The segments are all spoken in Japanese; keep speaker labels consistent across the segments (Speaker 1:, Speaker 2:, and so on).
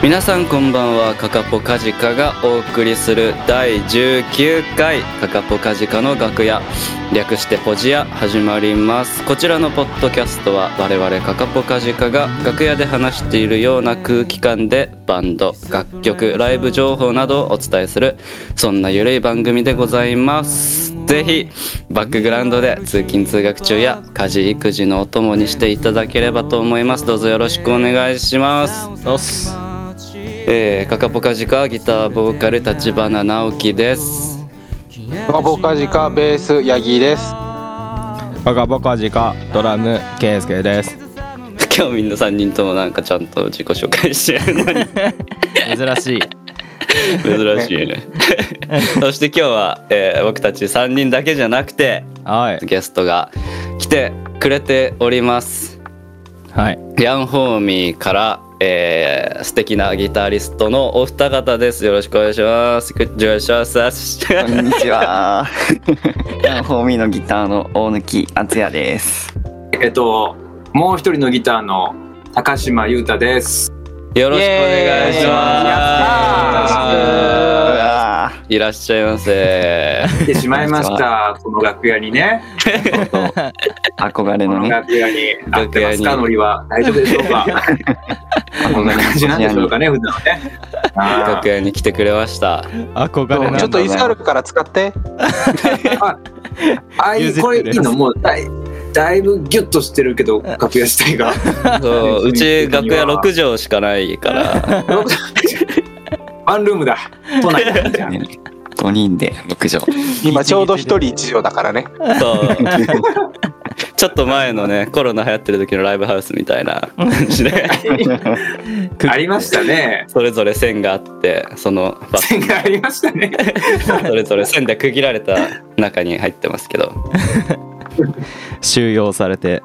Speaker 1: 皆さんこんばんはカカポカジカがお送りする第19回カカポカジカの楽屋略してポジア始まりますこちらのポッドキャストは我々カカポカジカが楽屋で話しているような空気感でバンド楽曲ライブ情報などをお伝えするそんなゆるい番組でございますぜひバックグラウンドで通勤通学中や家事育児のお供にしていただければと思いますどうぞよろしくお願いします
Speaker 2: どうす
Speaker 1: えー、カカポカジカギターボーカル立花直樹です
Speaker 3: バボカジカベースヤギです。
Speaker 2: バカバカジカドラムケイスケです
Speaker 1: 今日みんな3人ともなんかちゃんと自己紹介してるのに
Speaker 2: 珍しい
Speaker 1: 珍しいね そして今日は、えー僕たち3人だけじゃなくて
Speaker 2: はい
Speaker 1: ゲストが来てくれております
Speaker 2: はい
Speaker 1: ヤンホーミーから、えー、素敵なギタリストのお二方ですよろしくお願いしますよろしくお願いします
Speaker 4: こんにちは。ホーミーのギターの大貫敦也です。
Speaker 5: えっと、もう一人のギターの高島裕太です。
Speaker 1: よろしくお願いしま
Speaker 4: うわ
Speaker 1: すいらっしゃいませ
Speaker 5: 来てしまいました。この楽屋にね。
Speaker 4: ーそうそう憧れ
Speaker 5: こ
Speaker 4: の
Speaker 5: の
Speaker 4: ね。
Speaker 5: 楽屋に。合ってま
Speaker 1: 楽屋
Speaker 5: すか
Speaker 1: に
Speaker 5: ノリは大丈夫でしょうか。こんな感じなんでしょうかね、普段はね。あ
Speaker 1: 楽屋に来てくれました
Speaker 2: 憧れ
Speaker 4: そう
Speaker 2: な
Speaker 3: ちょ
Speaker 2: んだ
Speaker 3: っと椅子あるから使って。
Speaker 5: ーあい
Speaker 2: 譲ってる
Speaker 5: これいいのもうだいだいぶギュッとしてるけど、楽屋自体が。
Speaker 1: そう うち楽屋
Speaker 5: には
Speaker 1: 6畳しかない から
Speaker 5: ワンルームだ。都内だじゃあ
Speaker 4: 五人で六畳。
Speaker 3: 今ちょうど一人一畳だからね。
Speaker 1: そうちょっと前のねコロナ流行ってる時のライブハウスみたいな感じで
Speaker 5: ありましたね。
Speaker 1: それぞれ線があってそのバス
Speaker 5: 線がありましたね。
Speaker 1: それぞれ線で区切られた中に入ってますけど
Speaker 2: 収容されて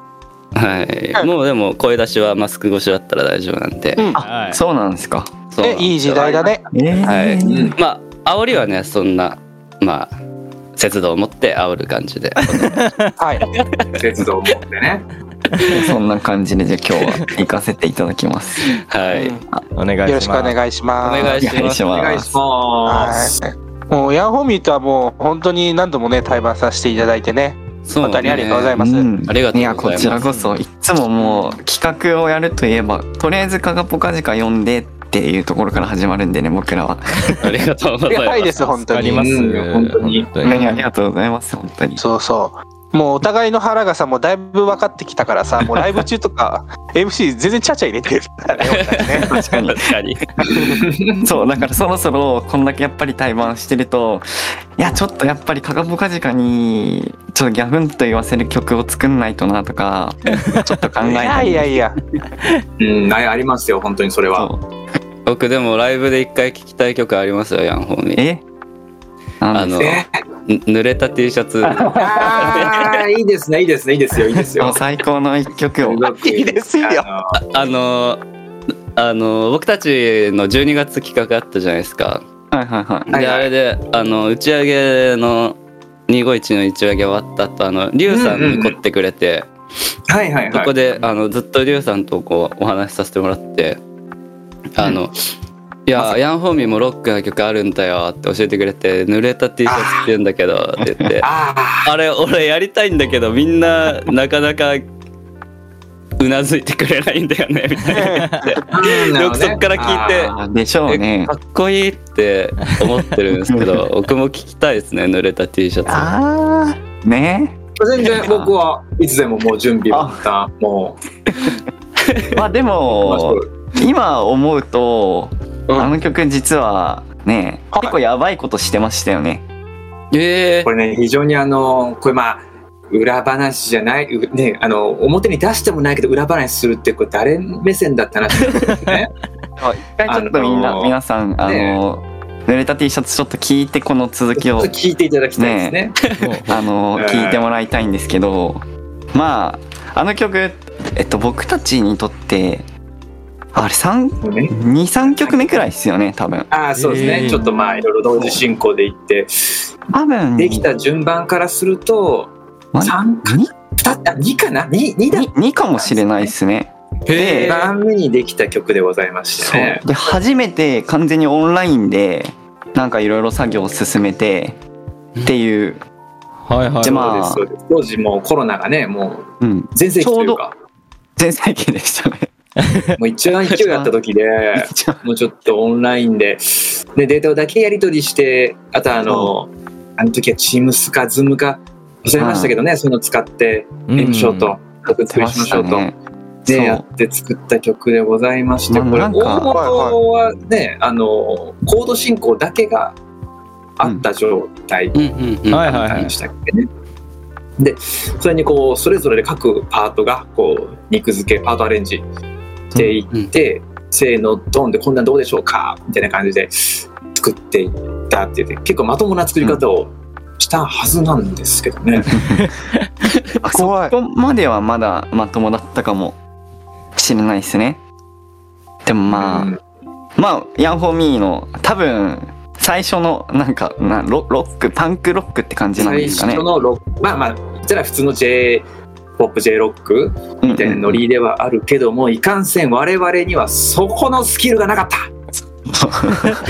Speaker 1: はいもうでも声出しはマスク越しだったら大丈夫なんで、
Speaker 3: うん
Speaker 2: は
Speaker 4: そうなんですか。
Speaker 1: そうなん
Speaker 3: ね
Speaker 1: ですよ
Speaker 3: いい時代だね。
Speaker 4: えー
Speaker 1: はい
Speaker 5: うん
Speaker 1: まあ煽りはねそんなまあ節度を持って煽る感じで
Speaker 3: はい。
Speaker 5: 節度を持ってね。
Speaker 4: そんな感じでじゃあ今日は行かせていただきます。
Speaker 1: はい、
Speaker 3: うん
Speaker 2: お願いします
Speaker 3: よろしくお願いし
Speaker 1: お
Speaker 3: ます。
Speaker 1: 願いし
Speaker 4: お願
Speaker 1: ま
Speaker 4: い
Speaker 1: す
Speaker 4: し
Speaker 5: お願い
Speaker 4: ま
Speaker 5: し
Speaker 4: す。
Speaker 5: ます。
Speaker 3: はい。もうヤンホーミーとはもう本当に何度もね対バンさせていただいてね
Speaker 1: そう
Speaker 3: 本当にありがとうございます。
Speaker 4: うん
Speaker 1: ありがと
Speaker 4: いうや
Speaker 1: ご
Speaker 4: こ
Speaker 1: ざいます
Speaker 4: ちらこそいつももう企画をやるといえばとりあえず「かがぽかじか」読んでっていうところから始まるんでね僕らは。
Speaker 1: ありがとうご
Speaker 3: あり
Speaker 1: ざいま
Speaker 3: がた
Speaker 1: す
Speaker 3: いです本当
Speaker 2: ありま
Speaker 3: に。
Speaker 2: す
Speaker 5: 本当に
Speaker 2: 本当
Speaker 4: ねありがとうございます本当に。
Speaker 3: そうそう。もうお互いの腹がさもうだいぶ分かってきたからさもうライブ中とか MC 全然ちゃちゃ入れてるからね俺たちね。
Speaker 4: 確かに
Speaker 1: 確かに
Speaker 4: そうだからそろそろこんだけやっぱり対バンしてるといやちょっとやっぱりカカポカジカにちょっとギャフンと言わせる曲を作んないとなとかちょっと考え
Speaker 3: い
Speaker 4: た
Speaker 3: や
Speaker 4: り
Speaker 3: いやいや。
Speaker 5: うん、あありますよ、本当にそれ は。
Speaker 4: そう
Speaker 1: 僕でもライブで一回聴きたい曲ありますよヤンホーに
Speaker 4: えな
Speaker 1: あ
Speaker 4: んで
Speaker 1: のぬ
Speaker 4: す
Speaker 5: え
Speaker 1: 濡れた T シャツ
Speaker 5: ああ、いいですね、いいですね、いいですよ、いいです
Speaker 4: もう
Speaker 5: よ。
Speaker 4: 最高の一曲を
Speaker 3: いいですよ。
Speaker 5: あ
Speaker 1: あの あの僕たちの12月企画あったじゃないですか
Speaker 4: はいはいはい
Speaker 1: で、
Speaker 5: はいはい
Speaker 1: あれであの打ち上げの251の打ち上げ終わった後あのリュウさんに来ってくれて、
Speaker 5: のはいはい
Speaker 1: そ
Speaker 5: はい
Speaker 1: こ。であのずっとリュウさんとこうお話しさせてもらってあの、いやヤンホーミーもロックな曲あるんだよって教えてくれて「濡れた T シャツって言うんだけど」って 言って
Speaker 5: あ
Speaker 1: あれ俺やりたいんだけどみんななかなかうなずいてくれないんだよねみたい な
Speaker 5: あ、うん
Speaker 1: よくそっから聞いて
Speaker 5: あ
Speaker 4: あでしょう
Speaker 1: え
Speaker 4: ね
Speaker 1: かっこいいって思ってるんですけ ど僕も聞きたいですね濡れた T シャツ
Speaker 4: あーね
Speaker 5: ー全然僕はいつでももう準備万端、も
Speaker 4: まあで
Speaker 5: う。
Speaker 4: も今思うと
Speaker 3: うん
Speaker 4: あの曲実はね
Speaker 3: はい
Speaker 4: 結構やばいことしてましたよね
Speaker 1: ええ
Speaker 5: これね、非常にあの、これまあ、裏話じゃない、うね、あの、表に出してもないけど裏話するって、これ誰目線だったなってことです ね。
Speaker 4: 一回ちょっとみんな、
Speaker 5: あのー
Speaker 4: 皆さんあの濡れた T シャツちょっと聞いてこの続き
Speaker 5: ち
Speaker 4: を
Speaker 5: ょ っと聞いていただきたいですね。
Speaker 4: あの
Speaker 5: うん
Speaker 4: 聞いてもらいたいんですけどまああの曲えっと僕たちにとってあれ
Speaker 5: もうね
Speaker 4: 23曲目くらいですよね多分
Speaker 5: ああ、そうです
Speaker 2: えー
Speaker 5: ね。ちょっとまあ、いろいろ同時進行でいって、
Speaker 4: 多分
Speaker 5: できた順番からすると、
Speaker 4: ま
Speaker 5: 三か、
Speaker 4: に
Speaker 5: 二、あ、二かな二、二だ
Speaker 4: ににかもしれないですね
Speaker 1: へ
Speaker 4: で
Speaker 1: え
Speaker 5: 2番目にできた曲でございましてね
Speaker 4: で初めて完全にオンラインでなんかいろいろ作業を進めてっていう、
Speaker 2: はいはい
Speaker 4: じゃあまあ
Speaker 5: そうですそうです当時もうコロナがねもう
Speaker 4: うん、
Speaker 5: 全盛期というか
Speaker 4: 全盛期でしたね。
Speaker 5: もう一番勢いあった時でもうちょっとオンラインででデータだけやり取りしてあとあの、あの時はチームスかズームか忘れましたけどね、そういうの使って
Speaker 2: うん
Speaker 5: 延長と曲作りしましょうと。
Speaker 4: そ
Speaker 5: で
Speaker 4: う
Speaker 5: やって作った曲でございまして、
Speaker 4: まあ
Speaker 5: これ
Speaker 4: な
Speaker 5: 大
Speaker 4: んか
Speaker 5: 元はねあのコード進行だけがあった状態
Speaker 1: うんうんうん
Speaker 2: はいはいは
Speaker 5: 話
Speaker 2: い
Speaker 5: でしたっけね。でそれにこうそれぞれで各パートがこう肉付けパートアレンジしていって、せーのドンでこんなんどうでしょうかみたいな感じで作っていったって言って結構まともな作り方をしたはずなんですけどね。
Speaker 3: 怖い
Speaker 4: ここまではまだまともだったかもしれないですね。でもまあ、
Speaker 5: うん
Speaker 4: まあ、ヤンフォーミーの多分最初のなんかなロロックパンクロックって感じなんで
Speaker 5: 最
Speaker 4: すか
Speaker 5: 初
Speaker 4: ね。
Speaker 5: のロックまあまあ言ったら普通の J ポップ J ロックみたいなノリではあるけども、いかんせん我々にはそこのスキルがなかった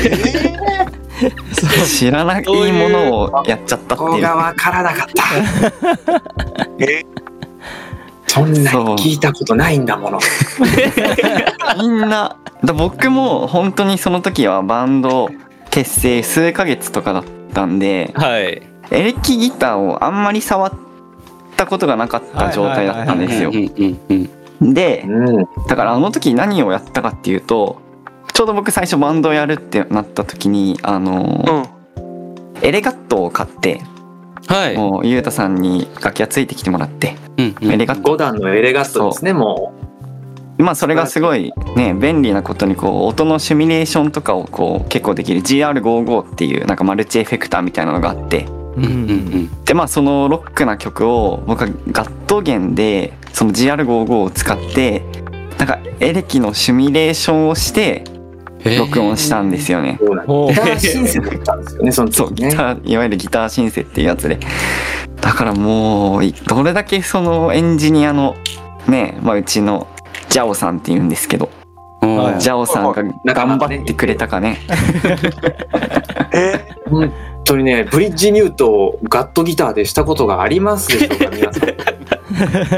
Speaker 4: うん知らない
Speaker 1: そういう
Speaker 4: ものをやっちゃったって
Speaker 5: ここ
Speaker 4: いう
Speaker 5: が分からなかった そんな
Speaker 4: そう
Speaker 5: 聞いたことないんだもの
Speaker 4: みんなだ僕も本当にその時はバンド結成数ヶ月とかだったんで
Speaker 1: はい
Speaker 4: エレキギターをあんまり触ったことがなかった状態だったんですよ
Speaker 1: う。んうんうん
Speaker 4: で
Speaker 5: うん
Speaker 4: だからあの時何をやったかっていうとちょうど僕最初バンドやるってなった時にあの、
Speaker 3: うん
Speaker 4: エレガットを買って
Speaker 1: はい
Speaker 4: もうゆうたさんに楽器がついてきてもらって、
Speaker 1: うんうん
Speaker 4: エレガット
Speaker 5: 5段のエレガストですねも
Speaker 4: まあそれがすごいね便利なことにこう音のシミュレーションとかをこう結構できる GR55 っていうなんかマルチエフェクターみたいなのがあって
Speaker 1: うんうんうん
Speaker 4: でまあそのロックな曲を僕はガット弦でその GR55 を使ってなんかエレキのシミュレーションをして
Speaker 1: へえ
Speaker 4: 録音したんですよね。
Speaker 5: うそうなんです
Speaker 2: ほう
Speaker 5: ギターシンセだったんですよねその
Speaker 4: そう
Speaker 5: 時
Speaker 4: ギ
Speaker 5: ね
Speaker 4: ターいわゆるギターシンセっていうやつでだからもういどれだけそのエンジニアのね、まあ、うちのジャオさんっていうんですけど、
Speaker 1: うん
Speaker 4: ジャオさんが
Speaker 5: 仲
Speaker 4: 頑
Speaker 5: 間がね
Speaker 4: 張ってくれたかね
Speaker 3: え
Speaker 5: 本当にねブリッジニュートをガットギターでしたことがありますでしょうか皆さん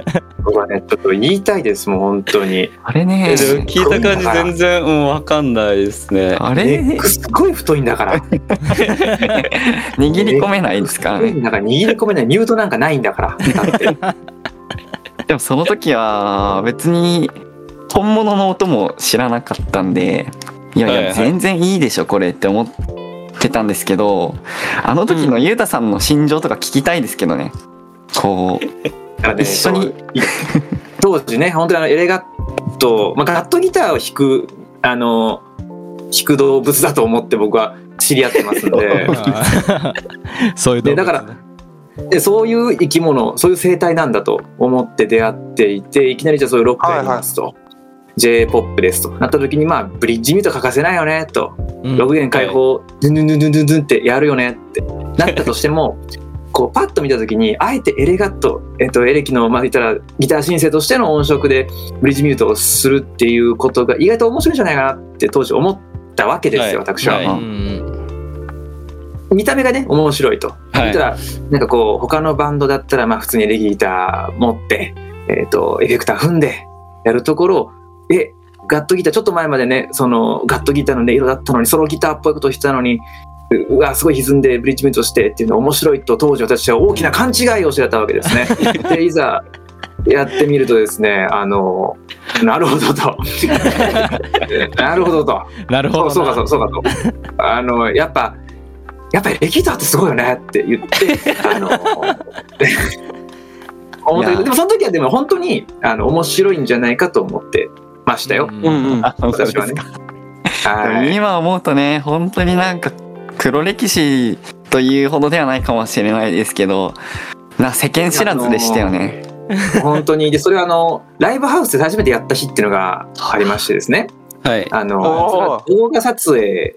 Speaker 5: 僕はねちょっと言いたいですもう本当に
Speaker 4: あれね
Speaker 1: えでも聞いた感じ全然うんわかんないですね
Speaker 4: あ
Speaker 5: ネ
Speaker 4: れ
Speaker 5: ックすっごい太いんだから
Speaker 4: 握り込めないですからね
Speaker 5: なんか握り込めないミュートなんかないんだ から。だって
Speaker 4: でもその時は別に本物の音も知らなかったんでいや
Speaker 1: はい
Speaker 4: い
Speaker 1: は
Speaker 4: や
Speaker 1: い
Speaker 4: 全然いいでしょこれって思ってたんですけどあの時のゆうたさんの心情とか聞きたいですけどねこう
Speaker 5: だからね
Speaker 4: 一緒に。
Speaker 5: 当時ね、本当にあのエレガット、まあ、ガットギターを弾く、あの、弾く動物だと思って僕は知り合ってますん で、
Speaker 2: そういうとこ
Speaker 5: でだからでそういう生き物、そういう生態なんだと思って出会っていて、いきなりじゃあそういうロックやりますと。J-POP ですとなった時にまあブリッジミュート欠かせないよねとログゲン解放、ドゥンドゥンドゥンドゥンドゥンドゥンってやるよねってなったとし ても、こうパッと見たときに、あえてエレガット、えっと、エレキの、まあ、言ったらギターシンセとしての音色でブリッジミュートをするっていうことが意外と面白いんじゃないかなって当時思ったわけですよ、
Speaker 1: はい
Speaker 5: 私は、
Speaker 1: はい
Speaker 2: うん
Speaker 5: 見た目がね、面白いと。
Speaker 1: は
Speaker 5: 言ったら、なんかこう、他のバンドだったら、まあ普通にエレキギター持って、えっと、エフェクター踏んでやるところ、え、ガットギター、ちょっと前までね、その、ガットギターの音色だったのに、ソロギターっぽいことをしてたのに、ううわ、すごい歪んでブリッジメントしてっていうの面白いと、当時私は大きな勘違いをしてたわけですね。で、いざ、やってみるとですね、あの、なるほどと。なるほどと。
Speaker 2: なるほどな
Speaker 5: そうそうかそうそうかとあのやっぱやっぱりレギターってすごいよねって言 ってあの思った
Speaker 4: い
Speaker 5: け
Speaker 4: や
Speaker 5: どでもその時はでも本当にあの面白いんじゃないかと思ってましたよ、
Speaker 3: うんうん
Speaker 5: 私はね。
Speaker 4: でも
Speaker 5: はい
Speaker 4: 今思うとね本当になんか黒歴史というほどではないかもしれないですけどな世間知らずでしたよね。
Speaker 5: 本当にでそれはあのライブハウスで初めてやった日っていうのがありましてですね
Speaker 1: いはい
Speaker 5: あの
Speaker 3: おー
Speaker 5: それは動画撮影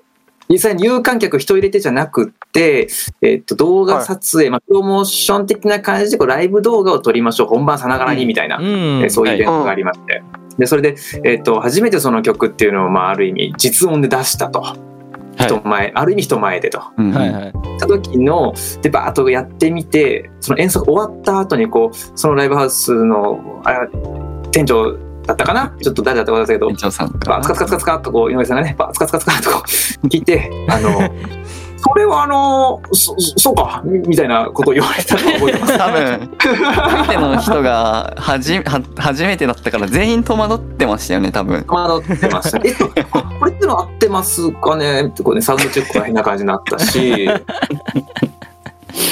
Speaker 5: 実際に有観客人入れてじゃなくって、えっと、動画撮影、まあ、プロモーション的な感じでこうライブ動画を撮りましょう本番さながらにみたいな、
Speaker 2: うん
Speaker 5: えーそういうイベントがありまして、でそれで、えっと初めてその曲っていうのを、まあ、ある意味実音で出したと、人前ある意味人前でと。
Speaker 4: うん
Speaker 2: はいはい。
Speaker 5: った時のでバーッとやってみてその演奏が終わった後にこうそのライブハウスのあれ店長だったかなちょっと誰だったか忘れたけど
Speaker 4: 店長さんか
Speaker 5: バーツカツカツカツカッとこう井上さんがねバーツカツカツカッとこう聞いてあの それはあのそそうかみみたいなことを言われたのを覚えてます。
Speaker 4: 多分相手の人がはじ は初めてだったから全員戸惑ってましたよね多分
Speaker 5: 戸惑ってましたね。えっと、これっての合ってますかねってこうね、サウンドチェックが変な感じになったし。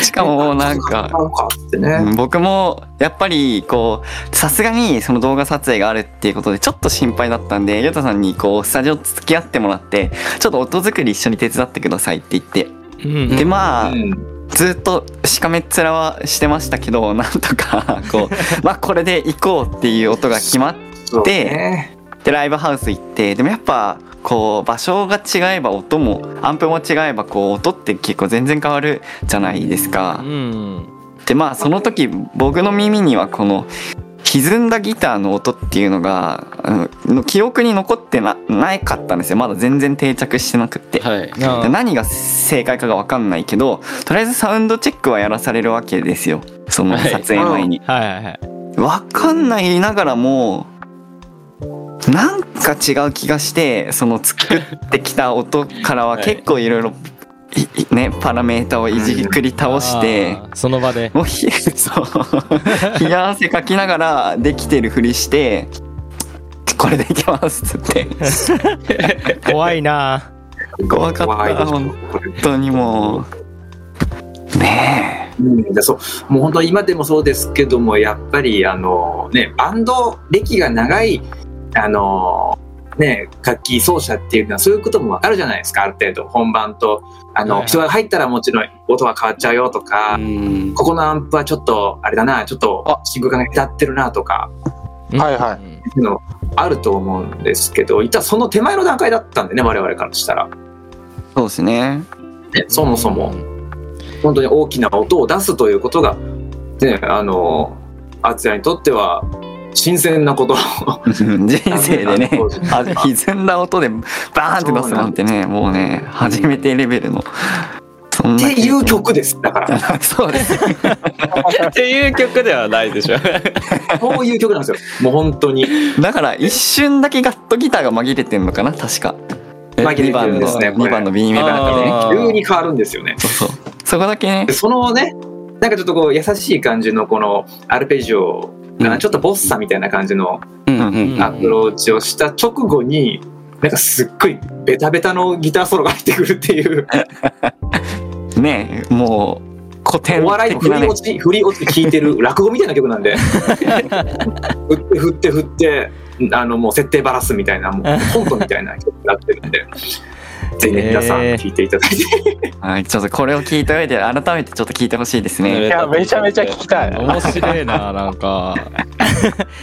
Speaker 4: しかもなんか
Speaker 5: なんかってね。
Speaker 4: うん僕もやっぱりこうさすがにその動画撮影があるっていうことでちょっと心配だったんでゆうたさんにこうスタジオ付き合ってもらってちょっと音作り一緒に手伝ってくださいって言って
Speaker 2: うん
Speaker 4: でまあ
Speaker 5: うん
Speaker 4: ずっとしかめっ面はしてましたけど なんとかこ うまあこれで行こうっていう音が決まっ
Speaker 5: そうね
Speaker 4: てライブハウス行ってでもやっぱこう場所が違えば音もアンプも違えばこう音って結構全然変わるじゃないですか。
Speaker 2: うん。
Speaker 4: でまあその時僕の耳にはこの歪んだギターの音っていうのがあのの記憶に残ってなないかったんですよまだ全然定着してなくって。
Speaker 1: はい。
Speaker 2: な
Speaker 4: で何が正解かが分かんないけどとりあえずサウンドチェックはやらされるわけですよその
Speaker 1: はい
Speaker 4: 撮影前に。
Speaker 2: はいはいはい。
Speaker 4: 分かんないながらもなんか違う気がしてその作ってきた音からは結構いろいろいいねパラメータをいじくり倒して。
Speaker 2: あー。その場で。
Speaker 4: もうひ そう冷や汗かきながらできてるふりしてこれでいけますっつって
Speaker 2: 怖いな。
Speaker 4: 怖かった
Speaker 5: 怖いでしょこれ
Speaker 4: 本当にもうね
Speaker 5: うん、でそうもう本当今でもそうですけどもやっぱりあのねバンド歴が長いあのね楽器奏者っていうのはそういうこともわかるじゃないですかある程度本番とあの、
Speaker 2: はいはい
Speaker 5: 人が入ったらもちろん音が変わっちゃうよとか、
Speaker 1: うん。
Speaker 5: ここのアンプはちょっとあれだなちょっとシングルが下ってるなとか
Speaker 3: はいはい
Speaker 2: い。
Speaker 5: いうのあると思うんですけどいたその手前の段階だったんでね我々からしたら、ね
Speaker 4: えそうですね
Speaker 5: そもそも。本当に大きな音を出すということが、ね、あの敦也にとっては新鮮なこと
Speaker 4: 人生 でね
Speaker 5: そうですね
Speaker 4: あ歪んだ音でバーンって出すなんてねもうね初めてレベルのそん
Speaker 5: って
Speaker 4: な
Speaker 5: いう曲ですだから
Speaker 4: そうです
Speaker 1: っていう曲ではないでしょ。
Speaker 5: そういう曲なんですよもう本当に
Speaker 4: だから一瞬だけガットギターが紛れてんのかな確か
Speaker 5: 紛れてる
Speaker 4: 2番
Speaker 5: で
Speaker 4: の
Speaker 5: すねこれ
Speaker 4: 2番の B メロとかね
Speaker 1: あー
Speaker 5: 急に変わるんですよね
Speaker 4: そうそうそこだけね
Speaker 5: でそのねなんかちょっとこう優しい感じのこのアルペジオかな、
Speaker 1: うん
Speaker 5: ちょっとボッサみたいな感じの
Speaker 1: うん
Speaker 4: う
Speaker 1: うん。
Speaker 5: アプローチをした直後に、なんかすっごいベタベタのギターソロが入ってくるっていう、
Speaker 4: ねえもう古典
Speaker 5: お笑いの
Speaker 4: 的
Speaker 5: 振
Speaker 4: な
Speaker 5: り
Speaker 4: ね
Speaker 5: 落ち、振り落ち聞いてる落語みたいな曲なんで、振って振って振って、あのもう設定バラすみたいな、もうコントみたいな曲になってるんで、ぜひね皆さん
Speaker 2: えー
Speaker 5: 聞いていただいて、
Speaker 4: はいちょっとこれを聞いた上で改めてちょっと聞いてほしいです
Speaker 1: な
Speaker 4: ね
Speaker 1: る
Speaker 3: いやめちゃめちゃ聞きたい
Speaker 2: 面白い な、なんか。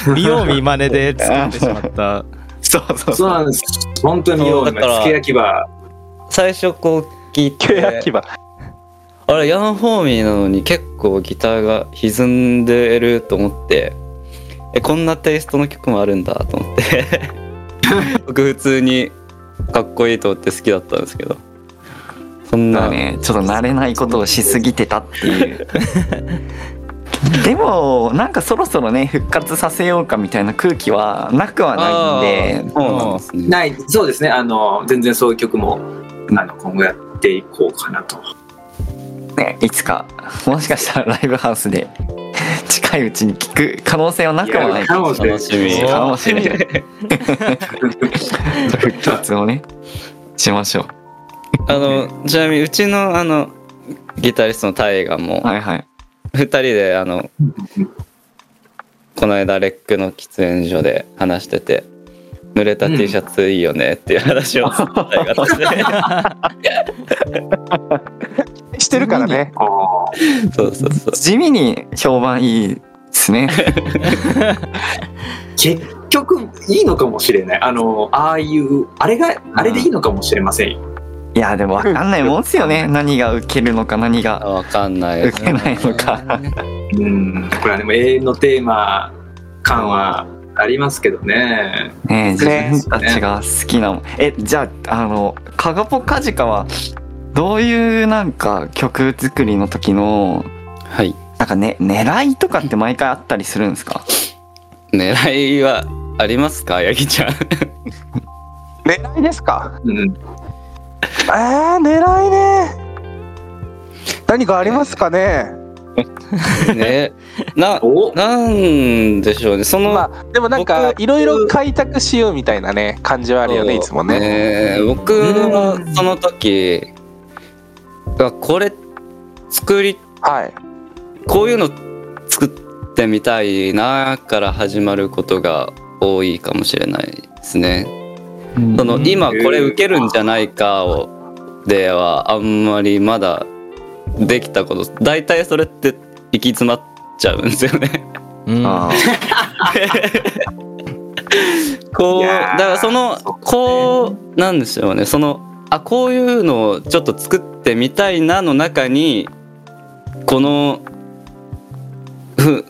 Speaker 2: 見よう見真似で作ってしまった。
Speaker 4: そうそう
Speaker 5: そうなんです。本当によう
Speaker 1: そうだから
Speaker 5: つけ焼き場。
Speaker 1: 最初こう聞い
Speaker 3: 契約
Speaker 1: て、
Speaker 3: 牙
Speaker 1: あれヤンホーミーなのに結構ギターが歪んでると思って、えこんなテイストの曲もあるんだと思って、僕普通にかっこいいと思って好きだったんですけど、そん
Speaker 4: だ
Speaker 1: な。
Speaker 4: ねちょっと慣れないことをしすぎてたっていうでもなんかそろそろね復活させようかみたいな空気はなくは
Speaker 1: あ
Speaker 4: ないん
Speaker 1: ー
Speaker 4: で
Speaker 1: そうなんですね。
Speaker 5: ない、そうですね。あの、全然そういう曲も、あの、今後やっていこうかなと。
Speaker 4: ね、いつかもしかしたらライブハウスで近いうちに聞く可能性はなくはない
Speaker 5: かもしれない
Speaker 1: 楽しみ。
Speaker 4: かもしれない復活をねしましょ
Speaker 1: あのちなみにうちのあのギタリストの大ガも
Speaker 4: うはいはい
Speaker 1: 2人であのこの間レックの喫煙所で話してて「濡れた T シャツいいよね」っていう話を大我として、
Speaker 3: してるからね
Speaker 5: あー
Speaker 1: そうそうそう
Speaker 4: 地味に評判いいですね
Speaker 5: 結局いいのかもしれないあのああいうあれがあれでいいのかもしれませんよ、
Speaker 4: いやでも分かんないもんっすよね何が受けるのか何が
Speaker 1: わかんない
Speaker 4: 受けないのか
Speaker 5: うん、これはでも永遠のテーマ感はありますけどね。
Speaker 4: ねえ自
Speaker 3: ね
Speaker 4: 分たちが好きなもん、えじゃああの「かがぽかじか」はどういうなんか曲作りの時の
Speaker 1: はい
Speaker 4: なんかね狙いとかって毎回あったりするんですか
Speaker 1: 狙いはありますかヤギちゃん
Speaker 3: 狙いですか
Speaker 5: うん。
Speaker 3: えー、狙いね何かありますかね
Speaker 1: ね な
Speaker 5: お
Speaker 1: なんでしょうねその、
Speaker 3: まあでもなんか
Speaker 1: 僕
Speaker 3: いろいろ開拓しようみたいなね感じはあるよねいつもね
Speaker 1: ね僕はその時がこれ作り
Speaker 3: はい
Speaker 1: こういうの作ってみたいなから始まることが多いかもしれないですね。その今これ受けるんじゃないかをではあんまりまだできたこと大体それって行き詰まっちゃうんですよね。
Speaker 2: うん
Speaker 4: あ
Speaker 1: こう
Speaker 5: い
Speaker 1: だ
Speaker 5: やー
Speaker 1: からその
Speaker 5: そうね
Speaker 1: こうなんでしょうねそのあこういうのをちょっと作ってみたいなの中にこのふ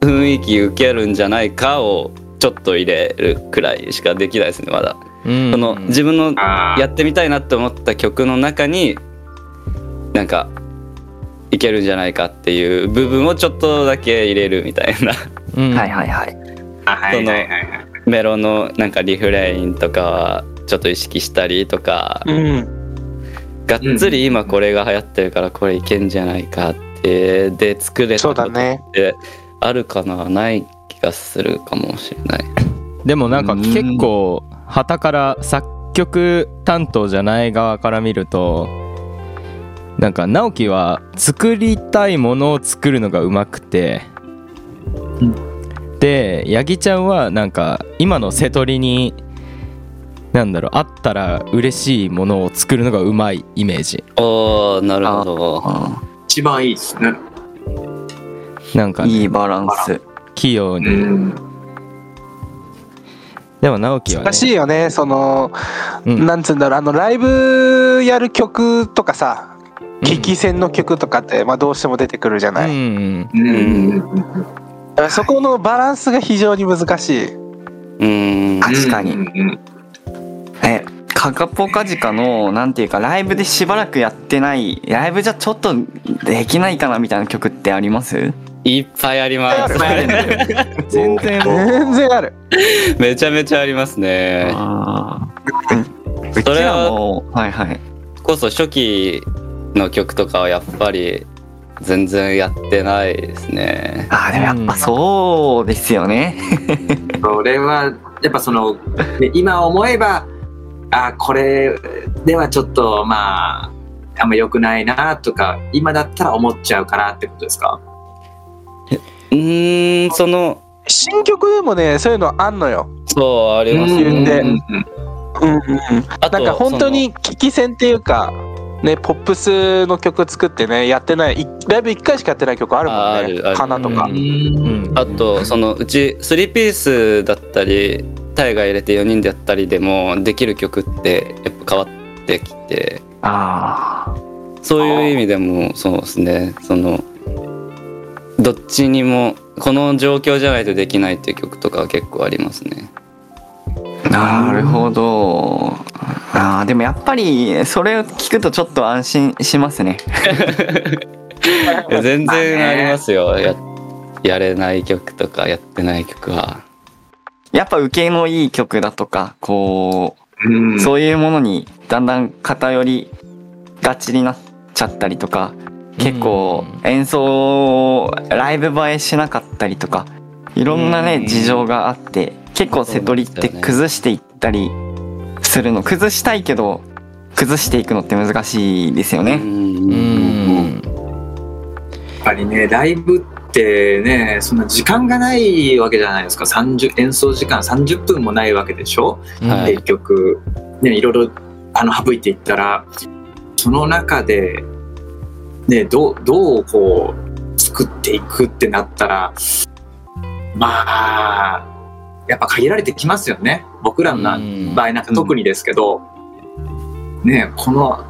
Speaker 1: 雰囲気受けるんじゃないかをちょっと入れるくらいしかできないですねまだ。
Speaker 2: うん
Speaker 1: その自分の
Speaker 5: あ
Speaker 1: やってみたいなって思った曲の中になんかいけるんじゃないかっていう部分をちょっとだけ入れるみたいな
Speaker 2: うん
Speaker 4: ーはいはいはい
Speaker 5: あ、はいはいはいはい。
Speaker 1: メロのなんかリフレインとかはちょっと意識したりとか
Speaker 3: うん
Speaker 1: がっつり今これが流行ってるからこれいけんじゃないかってで作れた
Speaker 3: そ
Speaker 1: こ
Speaker 3: う
Speaker 1: と
Speaker 3: だね
Speaker 1: ってあるかなない気がするかもしれない。
Speaker 2: でもなんか結構旗から作曲担当じゃない側から見るとなんか直樹は作りたいものを作るのがうまくて、
Speaker 5: う
Speaker 2: で八木ちゃんはなんか今の瀬戸りになんだろうあったら嬉しいものを作るのがうまいイメージ
Speaker 1: おーなるほど。
Speaker 4: あ
Speaker 5: 一番いいですね。
Speaker 2: なんか
Speaker 4: ーいいバランス
Speaker 2: 器用
Speaker 5: う
Speaker 2: に、
Speaker 5: ん。
Speaker 2: でも直樹はね
Speaker 3: 難しいよねその
Speaker 2: うん
Speaker 3: なんつうんだろうあのライブやる曲とかさ激戦の曲とかって、まあ、どうしても出てくるじゃ
Speaker 2: う
Speaker 3: ない、
Speaker 2: ん
Speaker 5: うん。
Speaker 3: だからそこのバランスが非常に難しい、
Speaker 1: うーん。
Speaker 4: 確かに
Speaker 5: うん。
Speaker 4: えカカポカジカのなんていうかライブでしばらくやってないライブじゃちょっとできないかなみたいな曲ってあります
Speaker 1: いっぱいあります。
Speaker 2: 全然
Speaker 3: 全然ある
Speaker 1: めちゃめちゃありますね。
Speaker 4: あーうち
Speaker 1: それは
Speaker 4: らもはいはい
Speaker 1: こそ初期の曲とかはやっぱり全然やってないですね。
Speaker 4: あーでもやっぱそうですよね、
Speaker 5: それはやっぱその、ね今思えばあこれではちょっとまああんま良くないなとか今だったら思っちゃうかなってことですか
Speaker 1: うーん、その、
Speaker 3: 新曲でもねそういうのあんのよ、
Speaker 1: そう、あります
Speaker 3: う
Speaker 1: ね。
Speaker 3: んで
Speaker 5: うん
Speaker 3: うんうん、
Speaker 1: あ
Speaker 3: なんか本当に危機戦っていうかねポップスの曲作ってねやってないいライブ1回しかやってない曲ある
Speaker 1: ああ
Speaker 3: もん
Speaker 1: るあ
Speaker 3: ね
Speaker 1: る
Speaker 3: 花とか、
Speaker 5: う
Speaker 2: うんん
Speaker 1: その。あと、そのうち3ピースだったり、タイが入れて4人でやったりでも、できる曲ってやっぱ変わってきて、
Speaker 4: ああ
Speaker 1: そういう意味でもそうですね、その、どっちにも、この状況じゃないとできないっていう曲とかは結構ありますね。
Speaker 4: なるほどあーでもやっぱりそれを聞くとちょっと安心しますね
Speaker 1: いや全然ありますよややれない曲とかやってない曲は
Speaker 4: やっぱ受けのいい曲だとかこ
Speaker 5: うん
Speaker 4: うそういうものにだんだん偏りがちになっちゃったりとか結構演奏ライブ映えしなかったりとかいろんな
Speaker 1: うん
Speaker 4: ね事情があって結構瀬戸りって崩していったりするの崩したいけど崩していくのって難しいですよ
Speaker 1: う
Speaker 4: ね。
Speaker 1: ん
Speaker 2: うん
Speaker 5: やっぱりねライブってねそんな時間がないわけじゃないですか30演奏時間30分もないわけでしょ
Speaker 1: はい
Speaker 5: 結局、ね、いろいろあの省いていったらその中で、ね、どうどうこう作っていくってなったらまあやっぱ限られてきますよね僕らのな
Speaker 2: うん
Speaker 5: 場合なんか特にですけど、ねこの、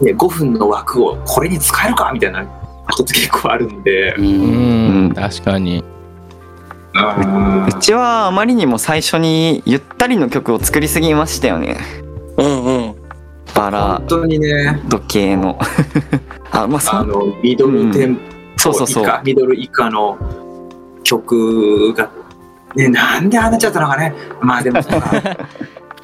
Speaker 5: ね、5分の枠をこれに使えるかみたいなことって結構あるんで、
Speaker 1: うん
Speaker 2: う
Speaker 4: うんん
Speaker 2: 確かに
Speaker 5: う
Speaker 4: うちはあまりにも最初にゆったりの曲を作りすぎましたよね
Speaker 6: うんうん。
Speaker 4: バラ
Speaker 5: 本当にね、
Speaker 4: 時計の あまあそ
Speaker 5: あ
Speaker 4: う
Speaker 5: の、ミドルテンポ以下、
Speaker 4: そうそうそう
Speaker 5: ミドル以下の曲が、ね、なんでああなっちゃったのかね。まあでもさ、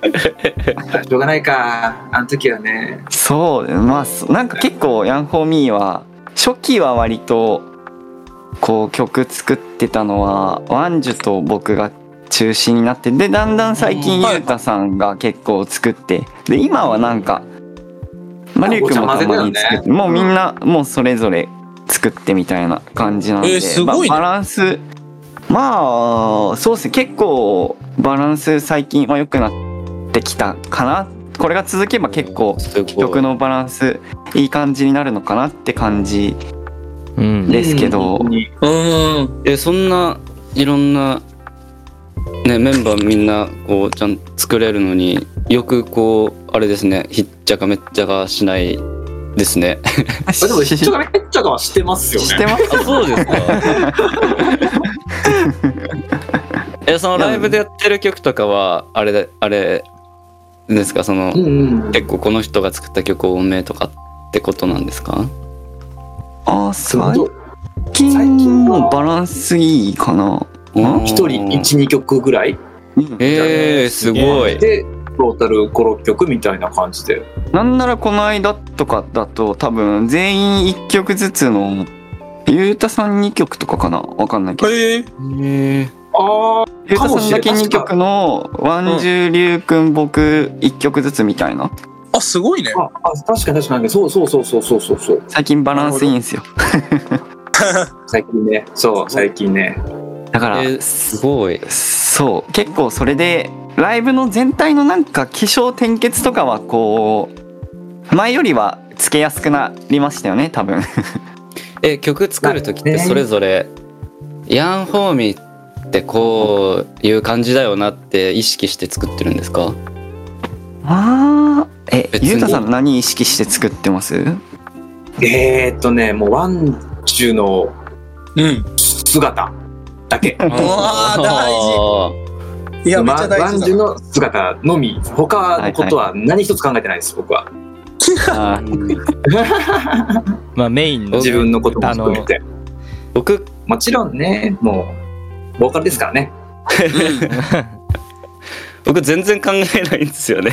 Speaker 5: しょうがないか、あの時はね。
Speaker 4: そうまあそなんか結構ヤンホーミーは初期は割とこう曲作ってたのはワンジュと僕が中心になってでだんだん最近
Speaker 6: うんはい
Speaker 4: ゆうたさんが結構作ってで今はなんかマリュウ君もたまに作ってもうみんなもうそれぞれ作ってみたいな感じなんで、
Speaker 6: えーすごいね
Speaker 4: まあバランスまあそうですね結構バランス最近は良くなってきたかなこれが続けば結構曲のバランスいい感じになるのかなって感じ
Speaker 2: うん
Speaker 4: ですけど、
Speaker 5: うん
Speaker 6: うん。
Speaker 1: えそんないろんな、ね、メンバーみんなこうちゃん作れるのによくこうあれですねひっちゃかめっちゃかしないですね。
Speaker 5: あでも、ちょっ
Speaker 4: し
Speaker 5: とだけちょっとはしてますよね。
Speaker 4: してます
Speaker 1: あそうです かえそのライブでやってる曲とかはあれであれですかその
Speaker 5: うんうん。
Speaker 1: 結構この人が作った曲多めとかってことなんですか
Speaker 4: あ
Speaker 5: その
Speaker 4: 最近もバランスいいかな、
Speaker 1: うん
Speaker 5: 一人一二曲ぐらい
Speaker 4: うん
Speaker 1: えー、すごい
Speaker 5: でトータル56曲みたいな感じで
Speaker 4: なんならこの間とかだと多分全員1曲ずつのゆうたさん2曲とかかなわかんないけど
Speaker 6: ええ。
Speaker 5: ああ
Speaker 4: ゆうたさんだけ
Speaker 5: かもしれない
Speaker 4: 2曲のワンジュリュウくん僕1曲ずつみたいな
Speaker 6: あ、すご いね。
Speaker 5: あ確かに確かにそうそうそうそうそうそうそう
Speaker 4: 最近バランスいいんですよ
Speaker 5: 最近ねそう最近ね
Speaker 4: だか
Speaker 1: え
Speaker 4: ら、
Speaker 1: ーすごい
Speaker 4: そう結構それでライブの全体のなんか気象転結とかはこう前よりはつけやすくなりましたよね多分
Speaker 1: え曲作る時ってそれぞれヤンホーミーってこういう感じだよなって意識して作ってるんですか
Speaker 4: あーえ
Speaker 1: 別に
Speaker 4: ゆうたさん何意識して作ってます
Speaker 5: えー、っとねもうワンジュの
Speaker 6: うん。
Speaker 5: 姿だけ
Speaker 6: うわー大
Speaker 1: 事
Speaker 6: 事。いや、めっ
Speaker 5: ま
Speaker 6: ち
Speaker 5: ワ
Speaker 6: ゃ大
Speaker 5: ン
Speaker 6: 事
Speaker 5: ジュ
Speaker 6: だ。
Speaker 5: の姿のみ他のことは何一つ考えてないです僕は
Speaker 4: あー
Speaker 2: まあメインの
Speaker 5: 自分のことも含めて
Speaker 1: 僕
Speaker 5: もちろんねもうボーカルですからね
Speaker 1: 僕全然考えないんですよね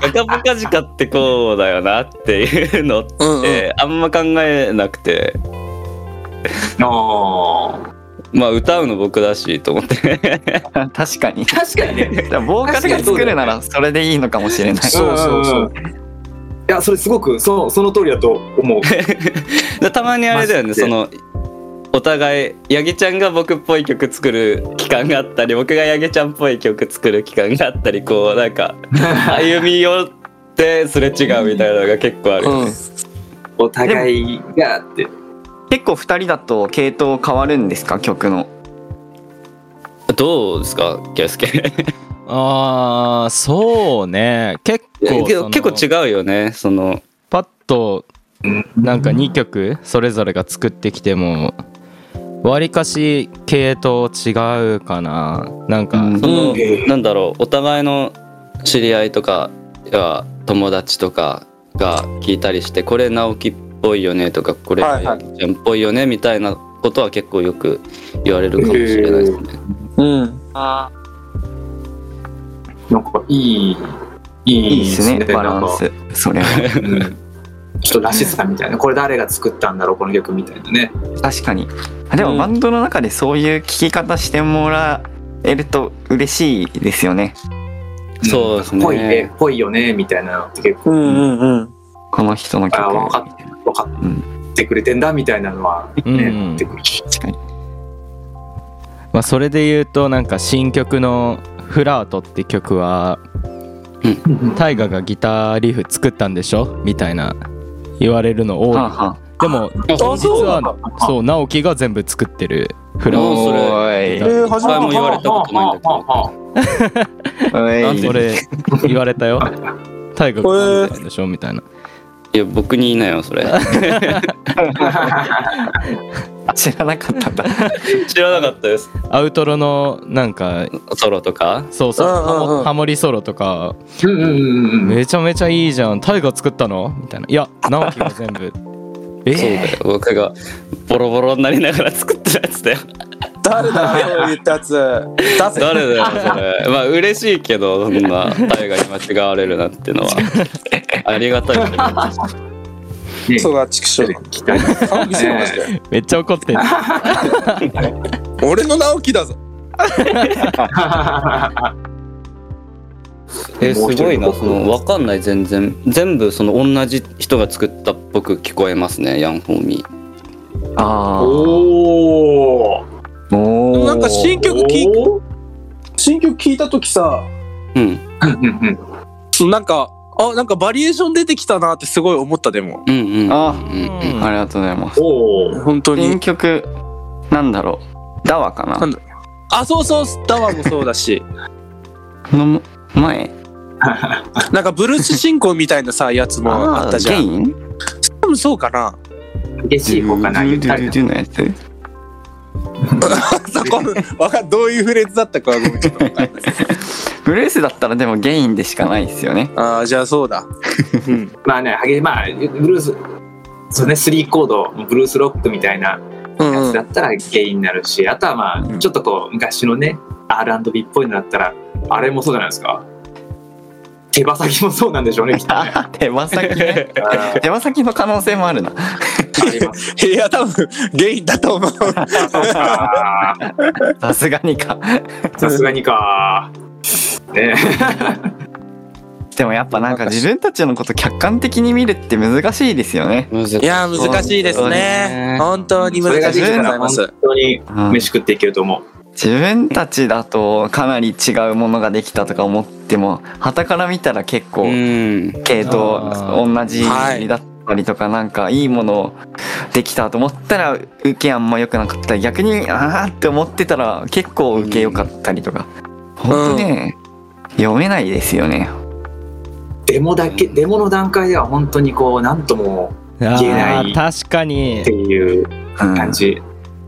Speaker 1: ガカポカジカってこうだよなっていうのっ
Speaker 6: うんうん。
Speaker 1: てあんま考えなくて
Speaker 5: ああ
Speaker 1: まあ歌うの僕だしと思って
Speaker 4: 確かに
Speaker 5: 確かにね
Speaker 4: だからボーカルが作るならそれでいいのかもしれない
Speaker 5: そうそうそう。いや、それすごく、その、その通りだと 思う。
Speaker 1: でたまにあれだよね
Speaker 5: マジで
Speaker 1: そのお互い八木ちゃんが僕っぽい曲作る期間があったり僕が八木ちゃんっぽい曲作る期間があったりこうなん か歩み寄ってすれ違うみたいなのが結構ある、
Speaker 6: うん。
Speaker 5: お互いがって。
Speaker 4: 結構2人だと系統変わるんですか曲の
Speaker 1: どうですか圭 介
Speaker 2: ああそうね結構
Speaker 1: け
Speaker 2: そ
Speaker 1: ど
Speaker 2: の
Speaker 1: 結構違うよねその
Speaker 2: パッとなんか2曲それぞれが作ってきてもわりかし系統違うかななんか、
Speaker 4: うん
Speaker 1: その、
Speaker 5: うん
Speaker 1: なんだろうお互いの知り合いとかや友達とかが聞いたりしてこれ直樹っぽいよねとかこれ
Speaker 6: はいは
Speaker 1: あきちゃんっぽいよねみたいなことは結構よく言われるかもしれないですね。
Speaker 6: うん。
Speaker 5: なんか、いい、
Speaker 4: い
Speaker 5: いい
Speaker 4: いですねバラン。
Speaker 5: なんか
Speaker 4: スそれは
Speaker 5: うんちょっとらしさみたいな。これ誰が作ったんだろう、この曲みたいなね。
Speaker 4: 確かにあでもバンドの中でそういう聴き方してもらえると嬉しいですよね
Speaker 5: ん
Speaker 1: そうですね
Speaker 5: ぽいね、ぽいよね、みたいなのって結構、
Speaker 6: うんうんうん。
Speaker 4: この人の曲
Speaker 5: ああ、分かって、分かってくれてんだ、みたいなのは、
Speaker 2: うん
Speaker 5: ね、出てくる。
Speaker 2: まあ、それで言うとなんか新曲の「フラート」って曲は大ガがギターリフ作ったんでしょみたいな言われるの多い
Speaker 4: はあは
Speaker 2: でも実
Speaker 5: そうなんだ
Speaker 2: はそう直樹が全部作ってるフラ
Speaker 1: おーそれ
Speaker 2: ー
Speaker 4: れ
Speaker 6: えー、初
Speaker 1: 前
Speaker 6: め
Speaker 1: も
Speaker 6: て。
Speaker 1: 言われたことないんだけど
Speaker 5: ど。
Speaker 2: トそれ言われたよ大ガが作ったんでしょみたいな
Speaker 1: いや僕に言いなよそれ
Speaker 4: 知らなかったんだ。
Speaker 1: 知らなかったです
Speaker 2: アウトロのなんか
Speaker 1: ソロとか
Speaker 2: そうそう
Speaker 3: うんうんうん
Speaker 2: ハモハモリソロとか
Speaker 5: うんうんうんうん。
Speaker 2: めちゃめちゃいいじゃんタイが作ったのみたいないや直樹が全部え
Speaker 1: そうだよ僕がボロボロになりながら作ってたやつだよ
Speaker 3: 誰だそう言ったやつ出せ
Speaker 1: 誰だよそれまあ嬉しいけどそんな大河に間違われるなんてのはありがたいけど
Speaker 5: ね
Speaker 3: そうが畜生
Speaker 5: 期待
Speaker 3: 顔見せろマジで
Speaker 2: めっちゃ怒ってる
Speaker 3: 俺の直樹だぞ
Speaker 1: え
Speaker 5: も
Speaker 1: す
Speaker 5: う一人
Speaker 1: ごいな
Speaker 5: の
Speaker 1: その分かんない全然全部その同じ人が作ったっぽく聞こえますねヤンホーミー
Speaker 4: あー
Speaker 5: おお。
Speaker 4: お
Speaker 3: で
Speaker 4: ー
Speaker 3: もなんか新曲聞い
Speaker 5: おー
Speaker 3: 新曲聞いた時さ
Speaker 1: うん
Speaker 5: うんうんうん
Speaker 3: なんかあなんかバリエーション出てきたなってすごい思ったでも
Speaker 1: うんうんうん
Speaker 4: あ
Speaker 1: うんうん
Speaker 4: ありがとうございます。
Speaker 5: おー
Speaker 3: 本当に
Speaker 4: 新曲、なんだろう。ダワか
Speaker 3: な
Speaker 4: なん
Speaker 3: あそうそうダワもそうだし
Speaker 4: の前
Speaker 3: なんかブルース進行みたいなさやつもあったじゃ
Speaker 4: ゲ
Speaker 3: ん
Speaker 4: イン
Speaker 3: 多分そうかな
Speaker 5: 激しい方かな。ゆったりと
Speaker 4: ドゥドゥドゥドゥのやつ
Speaker 3: そこわかんどういうフレーズだったかはごめんちょっとわかんない
Speaker 4: ブルースだったらでもゲインでしかないですよ ね。
Speaker 3: ああじゃあそうだうん
Speaker 5: まあね、激しいまあブルース。そうね、スリーコード、ブルースロックみたいな
Speaker 3: うん
Speaker 5: や
Speaker 3: う
Speaker 5: つ
Speaker 3: ん
Speaker 5: だったらゲイになるし、あとはま
Speaker 4: う
Speaker 5: あ
Speaker 4: ん
Speaker 5: ちょっとこう昔のね R&B っぽいのだったらあれもそうじゃないですか手羽先もそうなんでし ょうねきっとね
Speaker 4: 手羽先ね。
Speaker 5: あ
Speaker 4: 手羽先の可能性もあるな。
Speaker 5: ります
Speaker 3: いや多分ゲインだと思う
Speaker 5: あー
Speaker 4: さすがにか。
Speaker 5: さすがにかね
Speaker 4: でもやっぱなんか自分たちのこと客観的に見るって難しいですよね。
Speaker 1: 難し
Speaker 3: いや難しいですね本当に難しいでございま
Speaker 5: それが
Speaker 3: す
Speaker 5: 本当に
Speaker 4: うん
Speaker 5: 飯食っていけると思う
Speaker 4: 自分たちだとかなり違うものができたとか思っても旗から見たら結構
Speaker 1: うん
Speaker 4: 系と
Speaker 2: あ
Speaker 4: 同じ
Speaker 3: はい
Speaker 4: だったりとかなんかいいものできたと思ったら受けあんま良くなかったり逆にああって思ってたら結構受け良かったりとか本当ね読めないですよね。
Speaker 5: デモだけデモの段階では本当にこうなんとも言え
Speaker 2: あ
Speaker 5: な
Speaker 2: ー
Speaker 5: い
Speaker 2: 確かに
Speaker 5: っていう
Speaker 4: うん
Speaker 5: 感じ、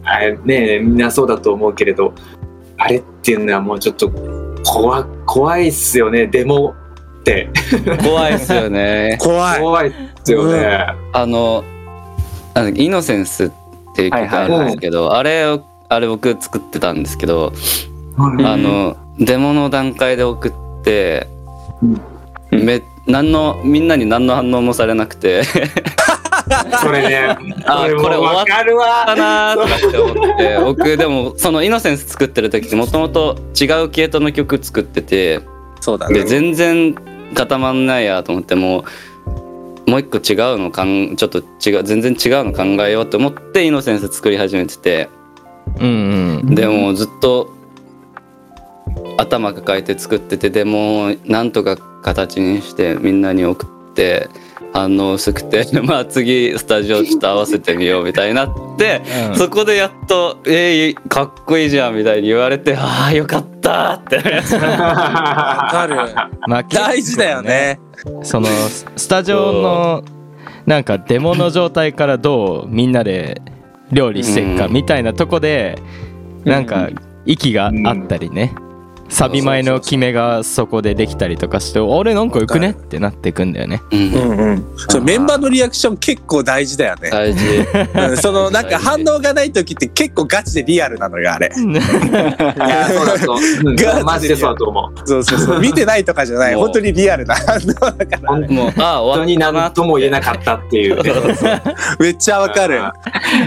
Speaker 5: あれねみんなそうだと思うけれどあれっていうのはもうちょっと怖怖いっすよねデモって
Speaker 1: 怖いですよね
Speaker 3: 怖い
Speaker 5: 怖いっすよね、
Speaker 1: あのあのイノセンスっていう曲あるんですけど、あれをあれ僕作ってたんですけど、
Speaker 5: はい
Speaker 1: あのデモの段階で送って、
Speaker 5: うん
Speaker 1: め何のみんなに何の反応もされなくて
Speaker 5: それね
Speaker 1: あー
Speaker 5: こ
Speaker 1: これ
Speaker 5: れ
Speaker 1: 終わ
Speaker 5: わ
Speaker 1: っ
Speaker 5: かるわ
Speaker 1: だなー とかって思って僕でもそのイノセンス作ってる時ってもともと違う系統の曲作ってて
Speaker 3: そうだ
Speaker 1: で
Speaker 3: ね
Speaker 1: 全然固まんないやと思ってもうもう一個違うのかんちょっと違う全然違うの考えようと思ってイノセンス作り始めてて。
Speaker 2: うんうん
Speaker 1: でもずっと頭抱えて作っててでもなんとか形にしてみんなに送って反応薄くて まあ次スタジオちょっと合わせてみようみたいになってそこでやっと「えー、かっこいいじゃん」みたいに言われて「ああよかった」って
Speaker 3: わかる
Speaker 2: まあ結構
Speaker 3: 大事だよね
Speaker 2: そのススタジオのなんかデモの状態からどうみんなで料理していくか
Speaker 1: うん
Speaker 2: みたいなとこでなんか息があったりねサビ前の決めがそこでできたりとかしてあれなんかよくねってなっていくんだよね
Speaker 1: うん
Speaker 3: んうんそうメンバーのリアクション結構大事だよね
Speaker 1: 大事
Speaker 3: うんそのなんか反応がない時って結構ガチでリアルなのよあれ
Speaker 5: いやそうだと、うん
Speaker 3: ガチで
Speaker 5: マジでそうだと思う
Speaker 3: そうそうそう見てないとかじゃない
Speaker 1: もう
Speaker 3: 本当にリアルな反応だから
Speaker 5: 本
Speaker 1: もうああ終
Speaker 5: 当
Speaker 1: わっ
Speaker 5: に
Speaker 1: たな
Speaker 5: 何とも言えなかったっていうね
Speaker 3: めっちゃわかる
Speaker 5: あ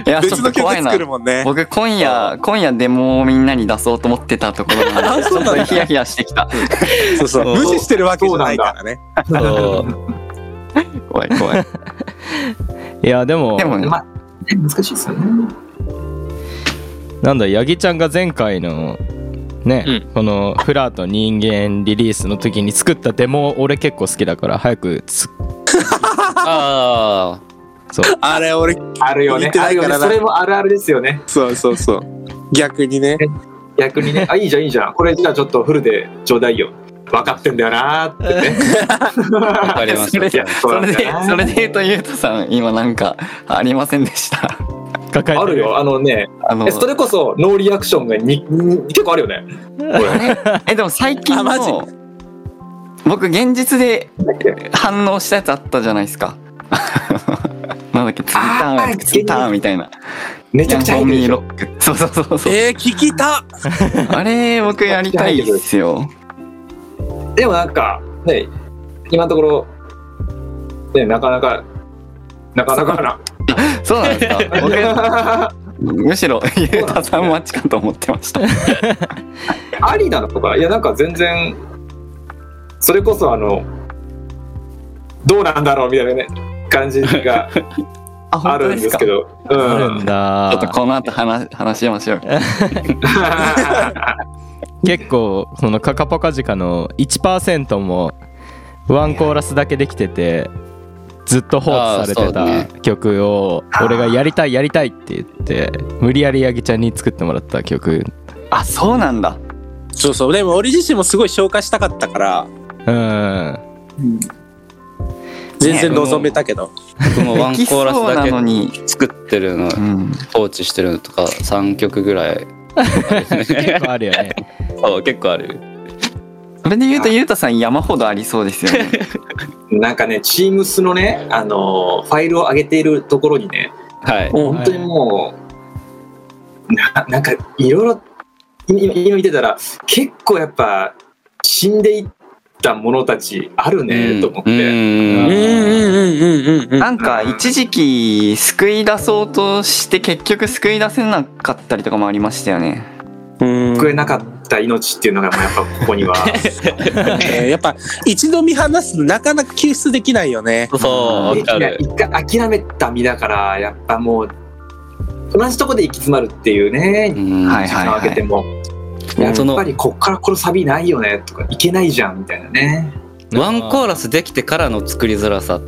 Speaker 4: いやちょ
Speaker 3: 別
Speaker 4: っ
Speaker 3: の
Speaker 4: と
Speaker 3: 曲
Speaker 4: 怖いな
Speaker 3: 作るもんね
Speaker 4: 僕今夜今夜デモをみんなに出そうと思ってたところなん
Speaker 3: あ
Speaker 4: で
Speaker 3: そうなんだ
Speaker 4: ヒヤヒヤしてきた
Speaker 3: そうそう
Speaker 1: そう
Speaker 3: 無視してるわけじゃないからね
Speaker 1: そう
Speaker 4: 怖い怖い
Speaker 2: いやでも
Speaker 4: でもね
Speaker 5: まあ難しいですよね
Speaker 2: なんだ八木ちゃんが前回のねこの「フラート人間」リリースの時に作ったデモ俺結構好きだから早くつ
Speaker 1: ああ
Speaker 2: そう
Speaker 3: あれ俺
Speaker 5: あるよね
Speaker 3: 見て
Speaker 5: あ
Speaker 3: な
Speaker 5: る
Speaker 3: いか
Speaker 5: よ
Speaker 3: らな
Speaker 5: ねそれもあるあるですよね
Speaker 3: そうそうそう逆にね
Speaker 5: 逆にねあいいじゃんいいじゃんこれじゃあちょっとフルでちょうだいよ分かってんだよなーってね。
Speaker 1: わかりま
Speaker 4: それ
Speaker 1: し
Speaker 4: で
Speaker 1: た。
Speaker 4: それで
Speaker 5: そうだね
Speaker 4: それで言うとゆうとさん今なんかありませんでした
Speaker 2: 抱え
Speaker 5: あ
Speaker 2: て
Speaker 5: るよ、あのね、
Speaker 4: あの
Speaker 5: えそれこそノーリアクションがにに結構あるよね。
Speaker 4: えでも最近
Speaker 6: あマジ
Speaker 4: の僕現実で
Speaker 5: なんだっけ
Speaker 4: 反応したやつあったじゃないですか なんだっけツイタ
Speaker 5: あ
Speaker 4: ー
Speaker 5: ー
Speaker 4: ンツイターンみたいな
Speaker 5: めちゃくちゃ
Speaker 4: ヤン
Speaker 5: 入
Speaker 4: ゴ
Speaker 5: ってる
Speaker 4: ミ
Speaker 5: でし
Speaker 4: ーロックそ
Speaker 5: ょ。
Speaker 4: うそうそうそう、
Speaker 6: えー、聞きた
Speaker 4: あれ僕やりたいですよ
Speaker 5: でもなんか、ね、今のところ、ね、なかなか、なかなかな。
Speaker 4: そうなんですか僕むしろゆうたさん待ちかと思ってました
Speaker 5: ありなのとか、いやなんか全然、それこそあの、どうなんだろうみたいなね、感じが
Speaker 4: あ
Speaker 5: あ
Speaker 4: 本当
Speaker 5: るんですけ
Speaker 4: ちょ
Speaker 5: ど。う
Speaker 2: あるん
Speaker 5: ん。
Speaker 2: だ
Speaker 4: っとこの後話話しましょうよ
Speaker 2: 結構そのカカポカジカの1%もワンコーラスだけできててずっと放置さ
Speaker 1: あーそ
Speaker 2: れ
Speaker 1: う
Speaker 2: て
Speaker 1: だね
Speaker 2: た曲を俺がやりたいやりたいって言って無理やりヤギちゃんに作ってもらった曲
Speaker 4: あそうなんだ
Speaker 6: そうそう。でも俺自身もすごい紹介したかったから、
Speaker 2: うん
Speaker 6: 全然望めたけど。
Speaker 1: 僕もワン
Speaker 4: でき
Speaker 1: コーラ
Speaker 4: そうなの
Speaker 1: スだ
Speaker 4: に、
Speaker 1: け作ってるの
Speaker 4: うん、
Speaker 1: 放置してるのとか3曲ぐらい
Speaker 2: 結構あるよね
Speaker 1: そう結構ある
Speaker 4: それで言うとゆうたさん山ほどありそうですよ ね
Speaker 5: なんかね、チームスのね、あのファイルを上げているところにね、
Speaker 1: はい
Speaker 5: もう本当にもう、ななんかいろいろ、今今見てたら、結構やっぱ、死んでいったものたちあるね、と思って。
Speaker 1: うん
Speaker 6: うんうんうんうんうん。
Speaker 4: なんか一時期救い出そうとして結局救い出せなかったりとかもありましたよね
Speaker 6: うん
Speaker 5: 救えなかった命っていうのがもうやっぱここ には
Speaker 6: えーやっぱ一度見放すとなかなか救出できないよね。
Speaker 1: そうわか
Speaker 5: いや
Speaker 1: る
Speaker 5: 一回諦めた身だからやっぱもう同じとこで行き詰まるっていうね
Speaker 1: うん
Speaker 4: はい
Speaker 5: 時間を空けても、
Speaker 1: はい
Speaker 5: やっぱりこっからこのサビないよねとかいけないじゃんみたいなね
Speaker 1: ワンコーラスできてからの作りづらさ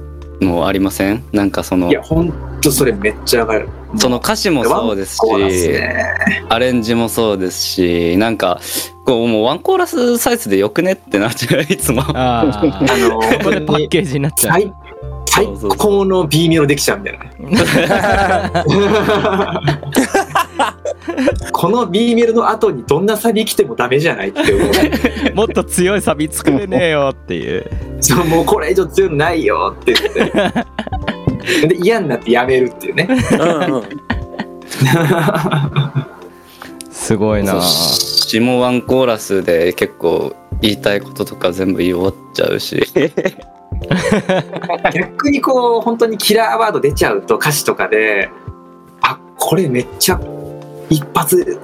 Speaker 1: もありませんなんかその
Speaker 5: いやほんとそれめっちゃ上がる
Speaker 1: その歌詞もそうですし
Speaker 5: ワンコーラスね
Speaker 1: アレンジもそうですしなんかこうもうワンコーラスサイズでよくねってなっちゃういつも
Speaker 2: ああ
Speaker 5: あの
Speaker 2: ここでパッケージになっちゃう
Speaker 5: 最最高の B メロできちゃうみたいなね この B メロの後にどんなサビ来てもダメじゃないって思う
Speaker 2: もっと強いサビ作れねえよっていう
Speaker 5: そうもうこれ以上強いのないよって言ってで嫌になってやめるっていうね
Speaker 6: うんうん
Speaker 2: すごいな
Speaker 1: 詩もワンコーラスで結構言いたいこととか全部言い終わっちゃうし
Speaker 5: 逆にこう本当にキラーワード出ちゃうと歌詞とかであこれめっちゃ一発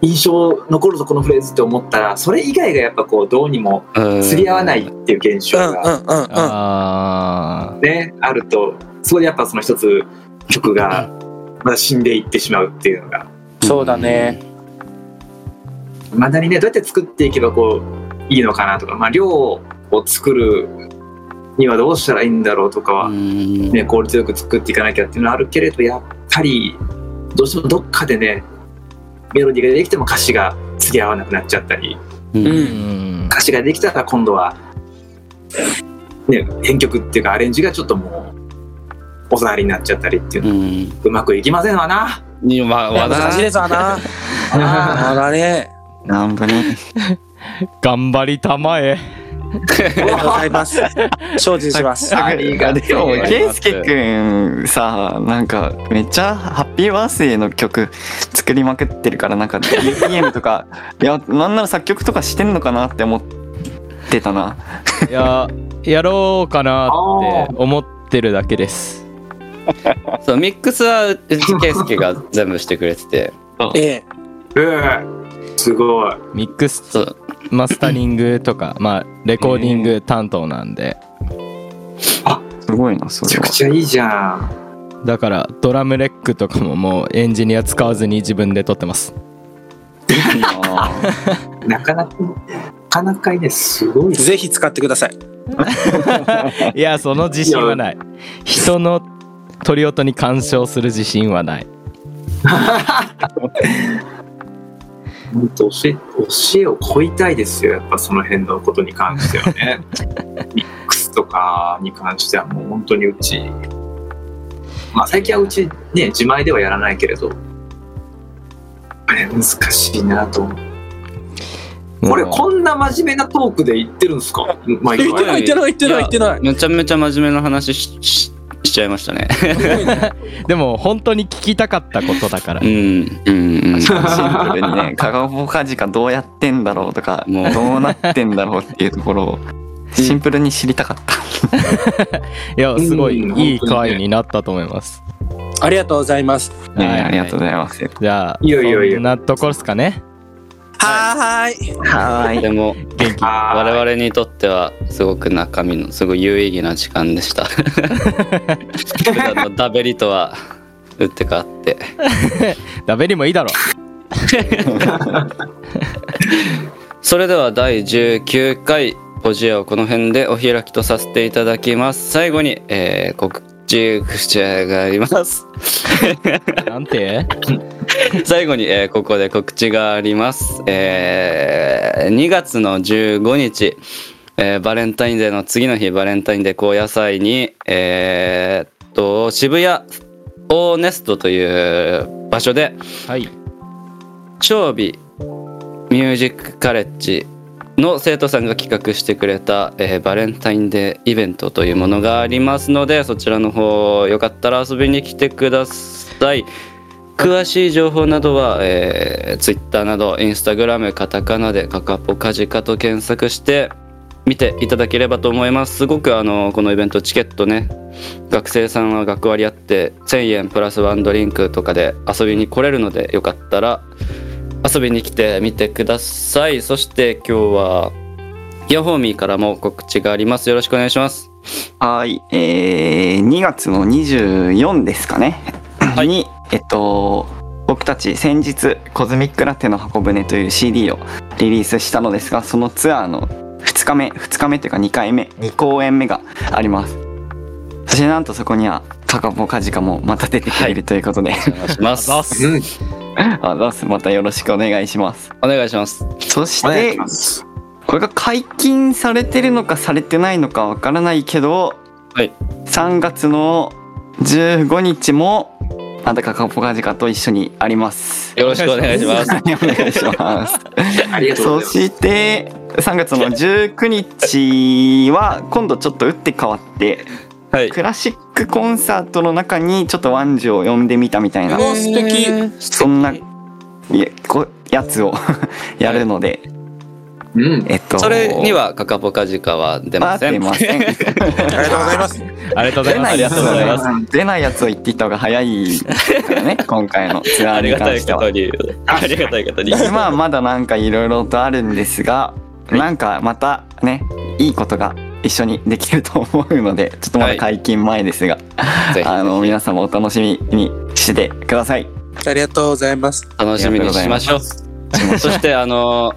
Speaker 5: 印象残るぞこのフレーズって思ったらそれ以外がやっぱこうどうにも 釣り合わないっていう現象
Speaker 6: うんう
Speaker 5: が
Speaker 6: んうんうん。
Speaker 2: あ
Speaker 5: ねあるとそこでやっぱその一つ曲がまだ死んでいってしまうっていうのが
Speaker 6: そうだね。
Speaker 5: まだにねどうやって作っていけばこういいのかなとか、まあ、量を作るにはどうしたらいいんだろうとかは、
Speaker 1: うん
Speaker 5: ね、効率よく作っていかなきゃっていうのはあるけれどやっぱりどうしてもどっかでねメロディーができても歌詞が釣り合わなくなっちゃったり
Speaker 1: う
Speaker 6: うん。
Speaker 2: ーうんん
Speaker 5: 歌詞ができたら今度は、ね、編曲っていうかアレンジがちょっともうおざなりになっちゃったりっていう
Speaker 1: う
Speaker 5: の
Speaker 1: ん
Speaker 5: うまくいきませんわ な。
Speaker 1: にわわ
Speaker 6: 難しい
Speaker 1: だ
Speaker 6: ですわな。あらね。
Speaker 4: 本当に
Speaker 2: 頑張りたまえ
Speaker 6: ありがとうございます。精進します。
Speaker 5: ありが とう
Speaker 4: 今
Speaker 5: ござい
Speaker 4: 日
Speaker 5: ます
Speaker 4: ケイスケくんさなんかめっちゃハッピーバースデーの曲作りまくってるからなんか BPM とかいやなんなら作曲とかしてんのかなって思ってたない
Speaker 2: ややろうかなって思ってるだけです
Speaker 1: そうミックスはうち圭介が全部してくれてて
Speaker 6: ええ。
Speaker 5: うんすごい。
Speaker 2: ミックス
Speaker 1: そう
Speaker 2: マスタリングとかまあレコーディング担当なんで
Speaker 4: すごいなそ
Speaker 5: めち
Speaker 4: れ
Speaker 5: ゃ
Speaker 4: は
Speaker 5: くちゃいいじゃん。
Speaker 2: だからドラムレックとかももうエンジニア使わずに自分で撮ってます
Speaker 4: いいな
Speaker 5: なかなか、なかなかいいね、すごい。
Speaker 6: ぜひ使ってください。
Speaker 2: いやその自信はない人の取り音に干渉する自信はない
Speaker 5: 本当教え教えを乞いたいですよやっぱその辺のことに関しては ねミックスとかに関してはもう本当にうちまあ最近はうちね自前ではやらないけれどあれ難しいなと思うこれこんな真面目なトークで 言ってるんですか毎
Speaker 6: 言って
Speaker 5: 回
Speaker 6: ない、言ってない、言ってない、言ってない。
Speaker 1: めちゃめちゃ真面目な話しししちゃいましたね。
Speaker 2: でも本当に聞きたかったこと だから
Speaker 1: うん。うん、うん。
Speaker 4: シンプルに ね、カガポカジカどうやってんだろうとか、
Speaker 1: もう
Speaker 4: どうなってんだろうっていうところを、シンプルに知りたかった。
Speaker 2: いやすごい
Speaker 5: うん
Speaker 2: いい回になったと思います
Speaker 6: ありがとうございます。
Speaker 4: ね
Speaker 2: はい
Speaker 4: ありがとうございます。
Speaker 2: じゃあ
Speaker 5: いやいやいや
Speaker 2: そんなところですかね
Speaker 6: はーい。
Speaker 4: は ーい。
Speaker 1: でも
Speaker 2: 元気
Speaker 5: あ
Speaker 1: 我々にとってはすごく中身のすごい有意義な時間でした。普段のダベリとは打って変わって。
Speaker 2: ダベリもいいだろ
Speaker 1: それでは第19回ポジアをこの辺でお開きとさせていただきます。最後に、えー、告知があります。
Speaker 2: なんて
Speaker 1: 最後に、えーここで告知があります。えー2月の15日、えーバレンタインデーの次の日、バレンタインデー高野祭に、えーっと、渋谷オーネストという場所で、
Speaker 2: はい
Speaker 1: 長尾ミュージックカレッジの生徒さんが企画してくれた、えーバレンタインデーイベントというものがありますのでそちらの方よかったら遊びに来てください詳しい情報などは、えー、Twitter など Instagram カタカナでカカポカジカと検索して見ていただければと思いますすごくあのこのイベントチケットね学生さんは学割あって1,000円プラスワンドリンクとかで遊びに来れるのでよかったら遊びに来てみてくださいそして今日はヤホーミーからも告知がありますよろしくお願いします
Speaker 4: はい。えー、2月の24ですかね。に、えっと、僕たち先日、コズミックラテの箱舟という CD をリリースしたのですが、そのツアーの2日目、2日目というか2回目、2公演目があります。そしてなんとそこには、カカポカジカもまた出てくれるということで、
Speaker 1: お願いします
Speaker 5: うん
Speaker 4: あざっすまたよろしくお願いします。
Speaker 1: お願いします
Speaker 4: そし
Speaker 5: お願い
Speaker 4: て
Speaker 5: し、ます
Speaker 4: これが解禁されてるのかされてないのかわからないけど、
Speaker 1: はい
Speaker 4: 3月の15日もまたカカポカジカと一緒にあります。
Speaker 1: よろしくお願いします
Speaker 4: お願 いします。
Speaker 5: ありがとうご
Speaker 4: そ
Speaker 5: ざいます
Speaker 4: して3月の19日は今度ちょっと打って変わって
Speaker 1: はい
Speaker 4: クラシックコンサートの中にちょっとワンジを呼んでみたみたいな
Speaker 6: もう素敵。
Speaker 4: そんないえこやつを やるので、
Speaker 5: うん
Speaker 4: えっと
Speaker 1: それにはカカポカジカは出ません
Speaker 4: 出ません。。
Speaker 6: ありがとうございます。
Speaker 2: ありがとうございます
Speaker 1: ありがとうございます
Speaker 4: 出ないやつを言っていた方が早いからね、今回のツア
Speaker 1: あ
Speaker 4: ー
Speaker 1: り
Speaker 4: に
Speaker 1: がた
Speaker 4: 関
Speaker 1: い
Speaker 4: して
Speaker 1: こと
Speaker 4: は。
Speaker 1: にありがたいことに
Speaker 4: まあまだなんかいろいろとあるんですが、なんかまたね、いいことが一緒にできると思うので、ちょっとまだ解禁前ですが、
Speaker 1: ぜひ
Speaker 4: あの皆様お楽しみにしてください。
Speaker 6: ありがとうございます。
Speaker 1: 楽しみにしましょうそしてあの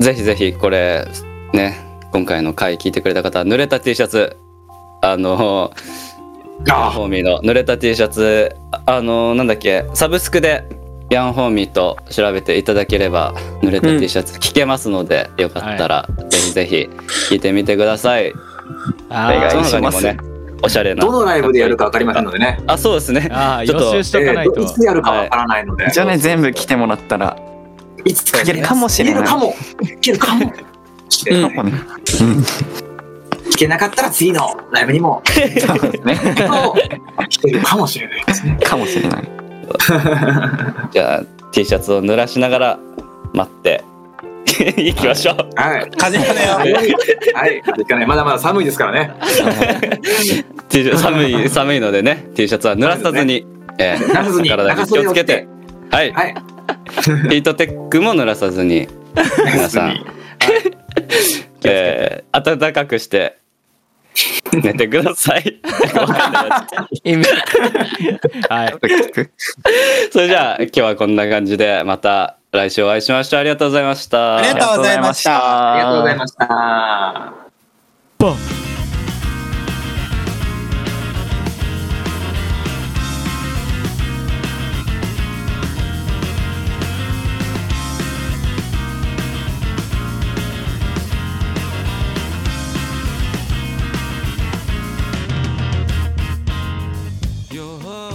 Speaker 1: ぜひぜひこれね今回の回聞いてくれた方濡れた T シャツあのヤンホーミーの濡れた T シャツああのなんだっけサブスクでヤンホーミーと調べていただければ濡れた T シャツ聞けますので、よかったら、ぜひぜひ聞いてみてください
Speaker 2: あ
Speaker 4: お願い
Speaker 1: そ
Speaker 2: ー
Speaker 1: の他にも
Speaker 4: します
Speaker 1: おしゃれな
Speaker 5: どのライブでやるか分かりませんのでね
Speaker 1: あそうですね
Speaker 2: あー
Speaker 1: ちょっと
Speaker 2: 予習しとかない
Speaker 5: えー
Speaker 2: と
Speaker 5: いつやるか分からないので、
Speaker 4: 一応ね、全部来てもらったら、
Speaker 5: いつか
Speaker 4: いけるかもしれない
Speaker 5: いけるかも。いけるかも。
Speaker 6: うん
Speaker 4: もうね
Speaker 5: 聞けなかったら次のライブにも
Speaker 4: そうですね、
Speaker 5: 聞けるかもしれないですね。
Speaker 4: かもしれない。
Speaker 1: じゃあ T シャツを濡らしながら待って 行きましょう、
Speaker 5: はい。
Speaker 6: 風邪ひかねえよ。
Speaker 5: はい。いかないまだまだ寒いですからね。
Speaker 1: T シャツ寒 い寒いのでね T シャツは濡らさずに、えー
Speaker 5: 濡らさずに
Speaker 1: 体に気をつけて はい、
Speaker 5: はい。
Speaker 1: ヒートテックも濡らさずに皆 さん、はいえー、暖かくして寝てくださ い
Speaker 2: 意味はい
Speaker 1: それじゃあ今日はこんな感じでまた来週お会いしましょうありがとうございました
Speaker 6: ありがとうございました
Speaker 5: ありがとうござい
Speaker 4: ま
Speaker 5: ました。
Speaker 7: 「よ